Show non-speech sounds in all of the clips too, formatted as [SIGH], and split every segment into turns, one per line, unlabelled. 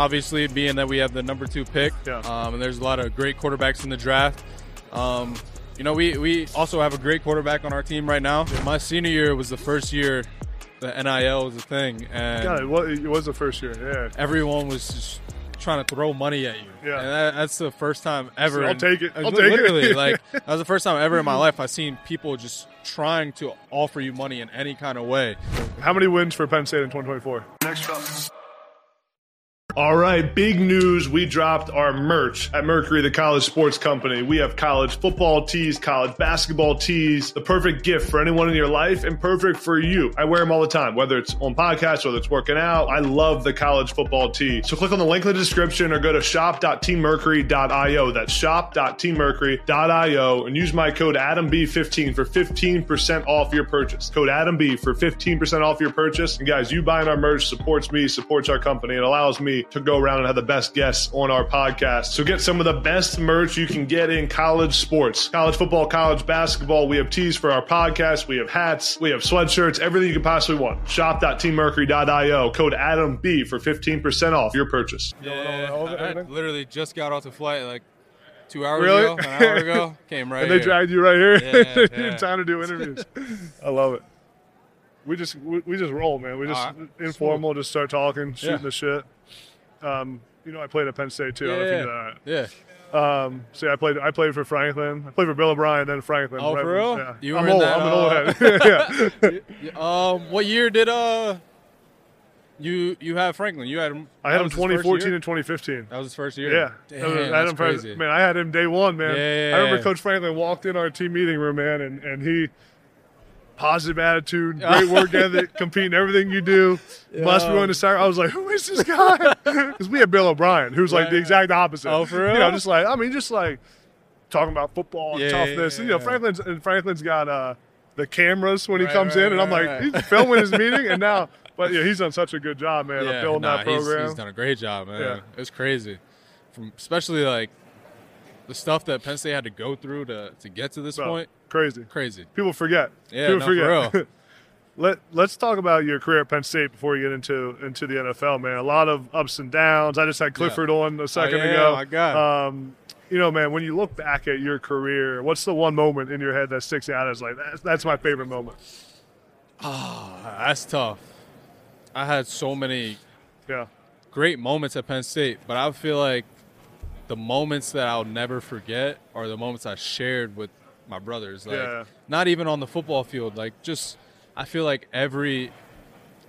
obviously, being that we have the number two pick,
Yeah.
um, and there's a lot of great quarterbacks in the draft. Um, you know, we, we also have a great quarterback on our team right now. My senior year was the first year the NIL was a thing, and
Yeah, it was, it was the first year. Yeah.
everyone was just trying to throw money at you.
Yeah.
And that, that's the first time ever.
I'll
in- uh,
take it. I'll take it. [LAUGHS] Mm-hmm.
literally, like, that was the first time ever in my life I've seen people just trying to offer you money in any kind of way.
How many wins for Penn State in 2024?
Next up.
All right, big news. We dropped our merch at Mercury, the college sports company. We have college football tees, college basketball tees, the perfect gift for anyone in your life and perfect for you. I wear them all the time, whether it's on podcasts, whether it's working out. I love the college football tee. So click on the link in the description or go to shop.teammercury.io. That's shop.teammercury.io and use my code AdamB15 for 15% off your purchase. Code AdamB for 15% off your purchase. And guys, you buying our merch supports me, supports our company, and allows me to go around and have the best guests on our podcast. So get some of the best merch you can get in college sports, college football, college basketball. We have tees for our podcast, we have hats, we have sweatshirts, everything you could possibly want. Shop.teammercury.io. Code AdamB for 15% off your purchase.
Yeah,
all the-
I
everything?
literally just got off the flight like two hours
Really?
ago, an hour
[LAUGHS]
ago. Came right
and they
here.
dragged you right here [LAUGHS]
Yeah, yeah.
time to do interviews
[LAUGHS]
i love it we just we, we just roll man we just
All right.
informal just start talking shooting
Uh-huh. Yeah.
the shit um you know i played at penn state too I don't know if you
yeah,
know
yeah.
that. um see i played i played for franklin i played for bill o'brien then franklin
Oh, for
when-
real?
yeah.
You
i'm
were in
old
that, uh,
i'm an
[LAUGHS]
old head [LAUGHS] yeah
Yeah, Um, what year did uh you you had Franklin? You had him.
i had
that
him
was his first
2014
year?
and 2015
That was his first year.
yeah,
Damn,
That was- I had
that's
him for-
crazy.
man. I had him day one, man.
Yeah.
I remember Coach Franklin walked in our team meeting room, man, and, and he
[LAUGHS]
positive attitude, great work ethic, competing everything you do. Must be
Yo.
willing to start. I was like, who is
[LAUGHS]
this guy? Because we had Bill O'Brien, who's like the
Right.
exact opposite.
Oh, for
You know,
real?
just like I mean, just like talking about football and
Yeah,
toughness.
yeah,
you know,
yeah.
Franklin's and Franklin's got uh, the cameras when he
Right,
comes
right,
in, and I'm like,
right, right.
he's
[LAUGHS]
filming his meeting, and now. But yeah, he's done such a good job, man,
yeah,
of building
nah,
that
he's-
program.
He's, done a great job, man.
Yeah.
It was crazy, From, especially like the stuff that Penn State had to go through to to get to this
Bro,
point.
Crazy.
Crazy.
People forget.
Yeah,
People
no,
forget.
for real.
[LAUGHS] Let Let's talk about your career at Penn State before you get into into the NFL, man. A lot of ups and downs. I just had Clifford on a second
Oh, yeah,
ago.
my God.
Um, you know, man, when you look back at your career, what's the one moment in your head that sticks out as like that's, that's my favorite moment? Uh,
That's tough. I had so many
Yeah,
great moments at Penn State, but I feel like the moments that I'll never forget are the moments I shared with my brothers. Like
Yeah.
not even on the football field, like just I feel like every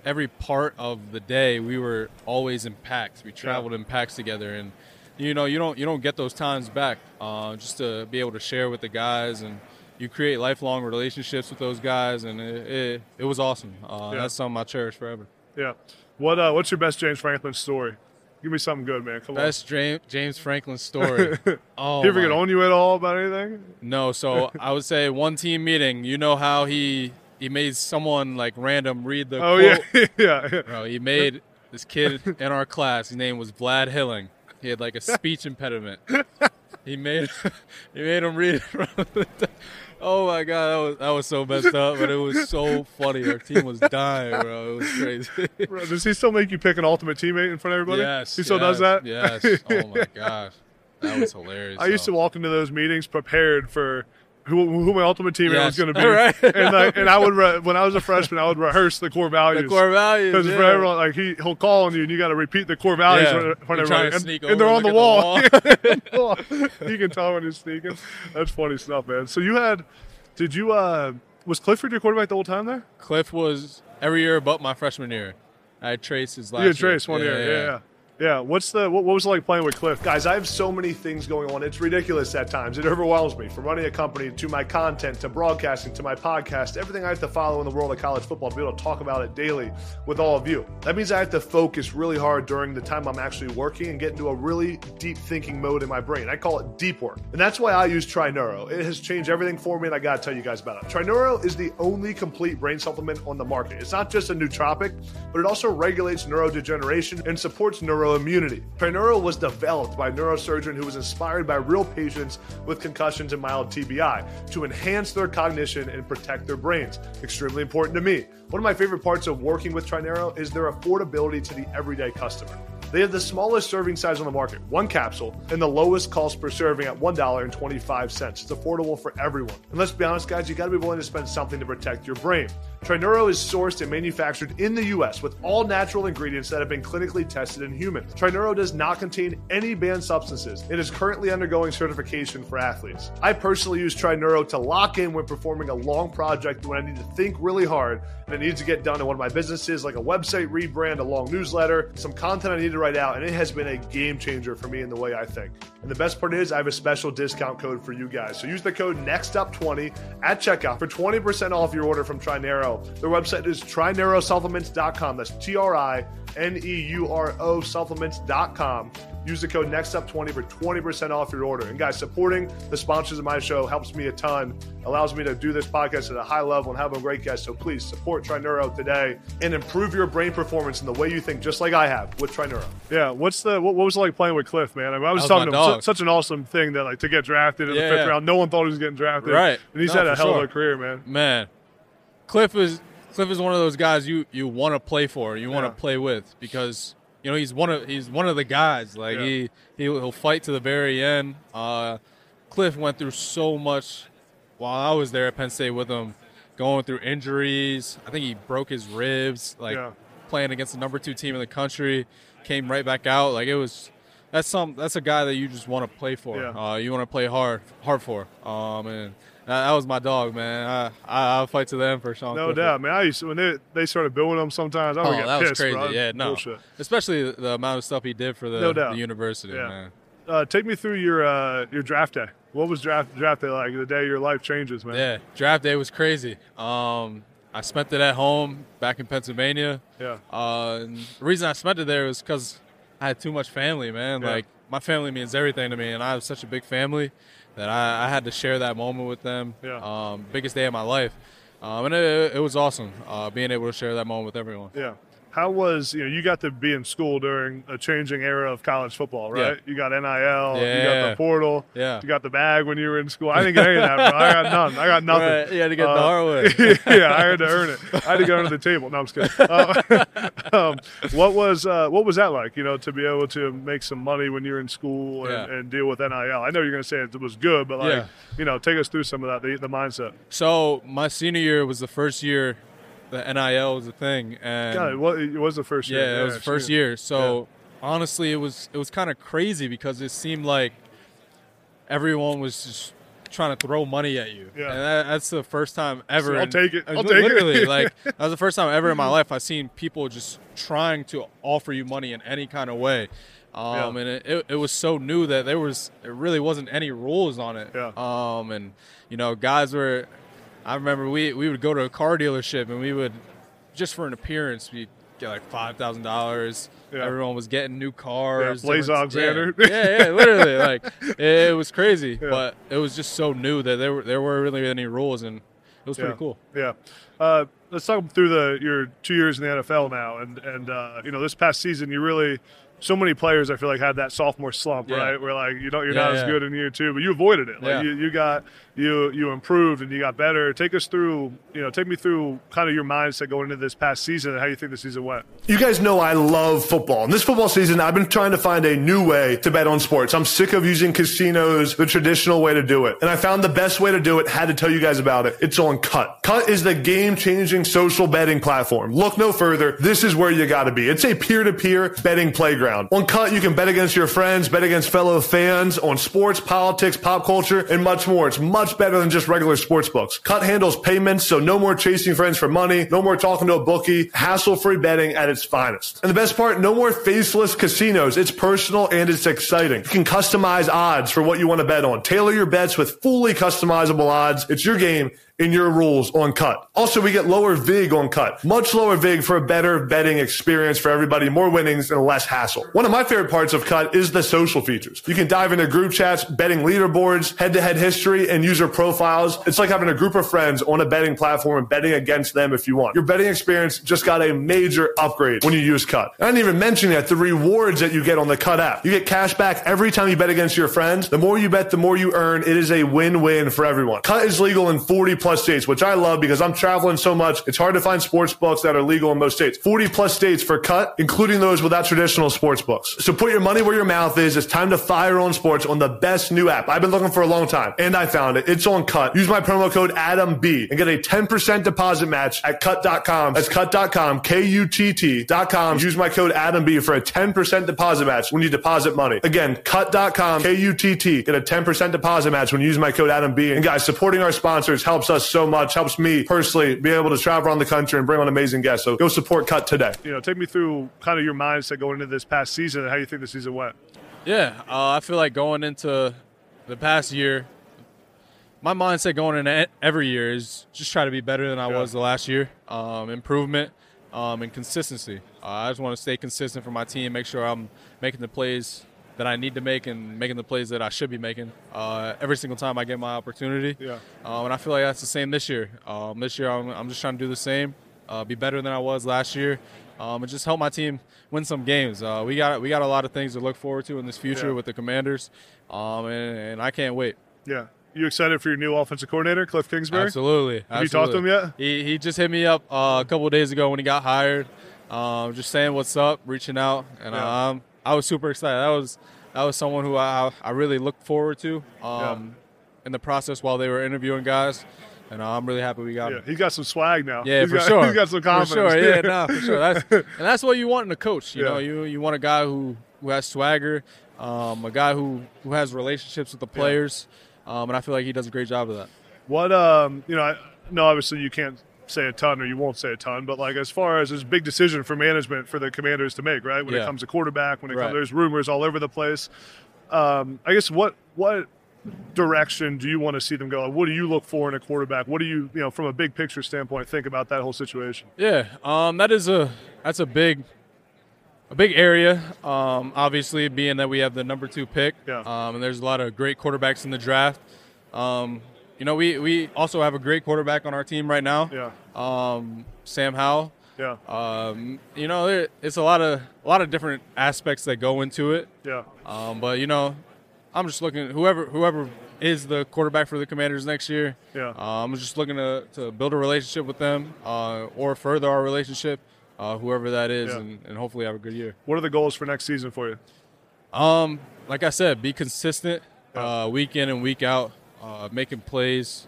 every part of the day we were always in packs. We traveled in packs together and you know, you don't you don't get those times back. Uh, just to be able to share with the guys and you create lifelong relationships with those guys and it, it, it was awesome. Uh,
Yeah.
that's something I cherish forever.
yeah. What uh, What's your best James Franklin story? Give me something good, man. Come
Best James, James Franklin
[LAUGHS]
story. Oh,
on. Did he ever
my-
get on you at all about anything?
No, so I would say one team meeting. You know how he he made someone like random read the
Oh
quote.
yeah, [LAUGHS] yeah.
Bro, he made this kid in our class. His name was Vlad Hilling. He had like a speech impediment. He made [LAUGHS] he made him read. it from the top. Oh my god, that was that was so messed up, but it was so funny. Our team was dying, bro. It was
[LAUGHS]
crazy.
Bro, Does he still make you pick an ultimate teammate in front of everybody?
Yes,
he still
yes,
does that.
Yes. Oh my gosh, that was hilarious.
[LAUGHS] I used to
though.
walk into those meetings prepared for who, who my ultimate teammate
Yes.
was going to be,
All [LAUGHS] right.
and like, and I would re- when I was a freshman, I would rehearse the core values.
the core values.
because
yeah.
for everyone, like he he'll call on you, and you got to repeat the core values
Yeah.
for- for
You're
everybody,
trying to
and,
sneak
and
over
they're
and
on the wall.
look
[LAUGHS] you can tell when he's sneaking. That's funny stuff, man. So you had, did you? uh Was Clifford your quarterback the whole time there?
[LAUGHS] Cliff was every year but my freshman year. I had Trace his last
Yeah,
year.
Trace one year. Yeah, yeah. Yeah, what's the what, what was it like playing with Cliff? Guys, I have so many things going on. It's ridiculous at times. It overwhelms me from running a company to my content to broadcasting to my podcast, everything I have to follow in the world of college football to be able to talk about it daily with all of you. That means I have to focus really hard during the time I'm actually working and get into a really deep thinking mode in my brain. I call it deep work. And that's why I use Trineuro. It has changed everything for me and I got to tell you guys about it. Trineuro is the only complete brain supplement on the market. It's not just a nootropic, but it also regulates neurodegeneration and supports neuroimmunity. Trineuro was developed by a neurosurgeon who was inspired by real patients with concussions and mild TBI to enhance their cognition and protect their brains. Extremely important to me. One of my favorite parts of working with Trinero is their affordability to the everyday customer. They have the smallest serving size on the market, one capsule, and the lowest cost per serving at $1.25. It's affordable for everyone. And let's be honest, guys, you got to be willing to spend something to protect your brain. Trinuro is sourced and manufactured in the U.S. with all natural ingredients that have been clinically tested in humans. Trinuro does not contain any banned substances and is currently undergoing certification for athletes. I personally use Trinuro to lock in when performing a long project when I need to think really hard and it needs to get done in one of my businesses, like a website rebrand, a long newsletter, some content I need to write out, and it has been a game changer for me in the way I think. And the best part is, I have a special discount code for you guys. So use the code NEXTUP20 at checkout for 20% off your order from Trinero. Their website is trinerosupplements.com. That's T R I N E U R O supplements.com. Use the code NEXTUP20 for 20% off your order. And guys, supporting the sponsors of my show helps me a ton, allows me to do this podcast at a high level and have a great guest. So please support Trinuro today and improve your brain performance in the way you think, just like I have with Trinuro. Yeah, what's the what, what was it like playing with Cliff, man? I, mean, I was,
That was
talking
my
to him,
dog.
su- such an awesome thing that like to get drafted in
Yeah,
the fifth
yeah.
round. No one thought he was getting drafted,
Right.
And he's
No,
had a
for
hell of a
sure.
career, man.
man, Cliff is Cliff is one of those guys you you want to play for, you want to
Yeah.
play with because you know he's one of he's one of the guys. Like
Yeah.
he he'll, he'll fight to the very end. Uh, Cliff went through so much while I was there at Penn State with him, going through injuries. I think he broke his ribs. Like
Yeah.
playing against the number two team in the country, came right back out. Like it was. That's some. That's a guy that you just want to play for.
Yeah.
Uh, you want to play hard, hard for. Um, and that, that was my dog, man. I, I I'll fight to the end for Sean.
No
Clifford.
doubt, man. I used to, when they, they started building them sometimes, I would
Oh,
get
that was
pissed,
crazy.
bro.
Yeah, no.
Bullshit.
Especially the- the amount of stuff he did for the,
No doubt.
the university,
Yeah.
man.
Uh, take me through your uh, your draft day. What was draft draft day like? The day your life changes, man.
Yeah, draft day was crazy. Um, I spent it at home back in Pennsylvania.
Yeah.
Uh, and the reason I spent it there was because I had too much family, man.
Yeah.
Like my family means everything to me, and I have such a big family that I, I had to share that moment with them.
Yeah.
Um, biggest day of my life, um, and it, it was awesome uh, being able to share that moment with everyone.
Yeah. How was you know you got to be in school during a changing era of college football, right? You got NIL, you got
Yeah.
the portal,
Yeah.
you got the bag when you were in school. I didn't get any of that, bro. I got none.
[LAUGHS]
I got nothing.
Right, you had to get
Uh,
the hard way.
[LAUGHS] yeah, I had to earn it. I had to go under the table. No, I'm just kidding. Uh, [LAUGHS] um, what was uh, what was that like? You know, to be able to make some money when you're in school and,
Yeah.
and deal with NIL. I know you're going to say it was good, but like
Yeah.
you know, take us through some of that the, the mindset.
[LAUGHS] So my senior year was the first year that NIL was a thing, and
God, it was, it was the first year.
Yeah, it was the first
sure.
year. So honestly, it was it was kind of crazy because it seemed like everyone was just trying to throw money at you.
Yeah.
And that, that's the first time ever.
I'll
in-
take it.
I-
I'll take it. [LAUGHS]
literally, like that was the first time ever in my life I've seen people just trying to offer you money in any kind of way. Um,
Yeah.
And it, it, it was so new that there was it really wasn't any rules on it.
Yeah.
Um, and you know, guys were. I remember we we would go to a car dealership and we would just for an appearance we get like five thousand dollars.
Yeah.
Everyone was getting new cars.
Yeah, Blaze
different-
Alexander.
Yeah, yeah, yeah, literally.
[LAUGHS]
Like it, it was crazy,
Yeah.
but it was just so new that there were there were really any rules, and it was pretty
yeah.
cool.
Yeah. Uh, let's talk through the your two years in the NFL now, and and uh, you know this past season you really. So many players, I feel like, had that sophomore slump,
Yeah.
right? Where like you know you're
Yeah,
not as
yeah.
good in year two, but you avoided it. Like
Yeah.
you, you got you you improved and you got better. Take us through, you know, take me through kind of your mindset going into this past season and how you think the season went.
You guys know I love football. And this football season, I've been trying to find a new way to bet on sports. I'm sick of using casinos, the traditional way to do it. And I found the best way to do it, had to tell you guys about it. It's on Cut. Cut is the game changing social betting platform. Look no further. This is where you gotta be. It's a peer to peer betting playground. On Cut, you can bet against your friends, bet against fellow fans on sports, politics, pop culture, and much more. It's much better than just regular sports books. Cut handles payments, so no more chasing friends for money, no more talking to a bookie, hassle-free betting at its finest. And the best part, no more faceless casinos. It's personal and it's exciting. You can customize odds for what you want to bet on. Tailor your bets with fully customizable odds. It's your game in your rules on cut. Also, we get lower VIG on cut. Much lower VIG for a better betting experience for everybody, more winnings and less hassle. One of my favorite parts of cut is the social features. You can dive into group chats, betting leaderboards, head to head history and user profiles. It's like having a group of friends on a betting platform and betting against them if you want. Your betting experience just got a major upgrade when you use cut. I didn't even mention yet the rewards that you get on the cut app. You get cash back every time you bet against your friends. The more you bet, the more you earn. It is a win-win for everyone. Cut is legal in 40 plus plus states, which I love because I'm traveling so much. It's hard to find sports books that are legal in most states. 40 plus states for cut, including those without traditional sports books. So put your money where your mouth is. It's time to fire on sports on the best new app. I've been looking for a long time and I found it. It's on cut. Use my promo code ADAMB and get a 10% deposit match at cut.com. That's cut.com, K-U-T-T.com. Use my code ADAMB for a 10% deposit match when you deposit money. Again, cut.com, K-U-T-T. Get a 10% deposit match when you use my code ADAMB. And guys, supporting our sponsors helps us so much, helps me personally be able to travel around the country and bring on amazing guests. So go support cut today.
You know, take me through kind of your mindset going into this past season and how you think the season went.
Yeah, uh, I feel like going into the past year, my mindset going into e- every year is just try to be better than I
Yeah.
was the last year. Um, improvement um, and consistency. Uh, I just want to stay consistent for my team, make sure I'm making the plays that I need to make and making the plays that I should be making uh, every single time I get my opportunity.
Yeah.
Um, and I feel like that's the same this year. Um, this year, I'm, I'm just trying to do the same, uh, be better than I was last year, um, and just help my team win some games. Uh, we got we got a lot of things to look forward to in this future
Yeah.
with the Commanders, um, and, and I can't wait.
Yeah. You excited for your new offensive coordinator, Cliff Kingsbury?
Absolutely.
Have you talked to
absolutely.
him yet?
He, he just hit me up uh, a couple of days ago when he got hired, um, just saying what's up, reaching out, and
Yeah.
um, I was super excited. That was that was someone who I, I really looked forward to um, in the process while they were interviewing guys, and I'm really happy we got
Yeah,
him.
he's got some swag now.
Yeah,
He's
for
got, [LAUGHS]
sure.
He's got some confidence.
For sure,
[LAUGHS]
yeah, no, for sure. That's, and that's what you want in a coach. You
Yeah.
know, you you want a guy who who has swagger, um, a guy who who has relationships with the players, um, and I feel like he does a great job of that.
What um, you know, I, no, obviously you can't say a ton, or you won't say a ton, but like as far as this big decision for management for the Commanders to make, right? When it
Yeah.
comes to quarterback, when it
Right.
comes, there's rumors all over the place. Um, I guess what what direction do you want to see them go? What do you look for in a quarterback? What do you you know from a big picture standpoint think about that whole situation?
Yeah, um, that is a that's a big a big area. Um, obviously, being that we have the number two pick,
Yeah.
um, and there's a lot of great quarterbacks in the draft. Um, you know, we we also have a great quarterback on our team right now.
Yeah,
Um, Sam Howell.
yeah,
Um, you know, there, it's a lot of a lot of different aspects that go into it.
yeah,
Um, but you know, I'm just looking whoever whoever is the quarterback for the Commanders next year.
Yeah.
uh, I'm just looking to, to build a relationship with them uh, or further our relationship, uh, whoever that is,
Yeah.
and, and hopefully have a good year.
What are the goals for next season for you?
Um, like I said, be consistent
Yeah.
uh, week in and week out, uh, making plays,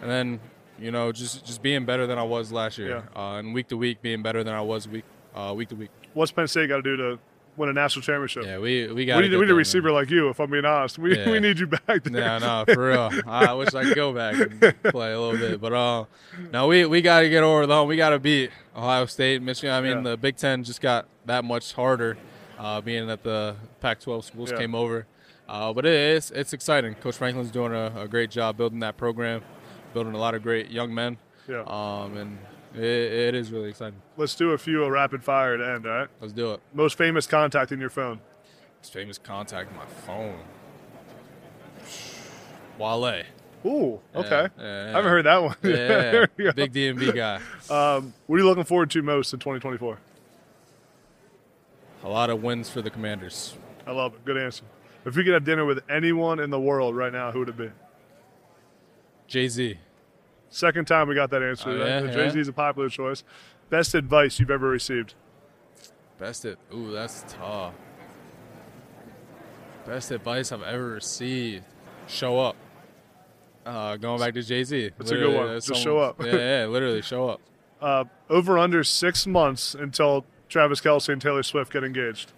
and then you know just just being better than I was last year, uh, and week to week being better than I was week uh, week to week.
What's Penn State got to do to win a national championship?
Yeah, we we got
we need, we need a receiver like you, if I'm being honest. We,
Yeah.
we need you back
No,
there. [LAUGHS]
no, for real. I wish I could go back and play a little bit, but uh, no, we we got to get over the hump. We got to beat Ohio State, Michigan. I mean,
Yeah.
the Big Ten just got that much harder, uh, being that the Pac-12 schools
Yeah.
came over. Uh, but it is it's exciting. Coach Franklin's doing a, a great job building that program, building a lot of great young men.
Yeah.
Um, and it, it is really exciting.
Let's do a few a rapid fire to end, all right?
Let's do it.
Most famous contact in your phone.
It's famous contact on my phone. Wale.
Ooh, okay.
yeah,
I haven't heard that one.
Yeah,
[LAUGHS] There we go.
big DMV guy.
um, what are you looking forward to most in 2024?
A lot of wins for the Commanders.
I love it. Good answer. If you could have dinner with anyone in the world right now, who would it be?
Jay Z.
Second time we got that answer.
Oh,
right?
yeah,
The
yeah.
Jay-Z's a popular choice. Best advice you've ever received?
Best at ooh, that's tough. Best advice I've ever received. Show up. Uh, going back to Jay Z.
That's a good one. Just show up.
yeah,
[LAUGHS]
yeah, literally show up.
Uh, over under six months until Travis Kelsey and Taylor Swift get engaged.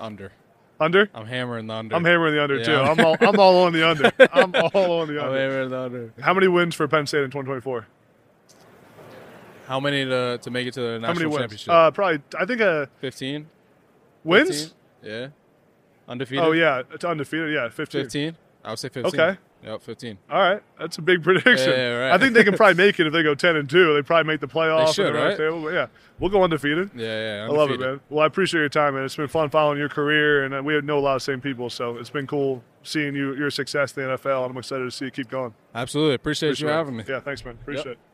Under.
Under?
I'm hammering the under.
I'm hammering the under
Yeah.
too. I'm all, I'm all on
[LAUGHS]
the under. I'm all on the
I'm
under.
hammering the under.
How many wins for Penn State in 2024?
How many to, to make it to the
How many
national
wins?
championship?
Uh, probably, I think uh,
15?
wins.
15? Yeah. Undefeated?
Oh yeah, it's undefeated. Yeah, 15.
15? I would say 15.
Okay.
Yep, 15.
All right, that's a big [LAUGHS] prediction.
Yeah, right.
I think they can probably make it if they go 10 and two. They probably make the playoff.
should,
and the round
right?
table, but yeah, we'll go undefeated.
Yeah, yeah.
I love it,
undefeated.
man. Well, I appreciate your time, man. It's been fun following your career, and uh, we know a lot of the same people, so it's been cool seeing you your success in the NFL, and I'm excited to see you keep going.
Absolutely. Appreciate, you
Appreciate it.
having me.
Yeah, thanks, man. Appreciate
Yep.
it.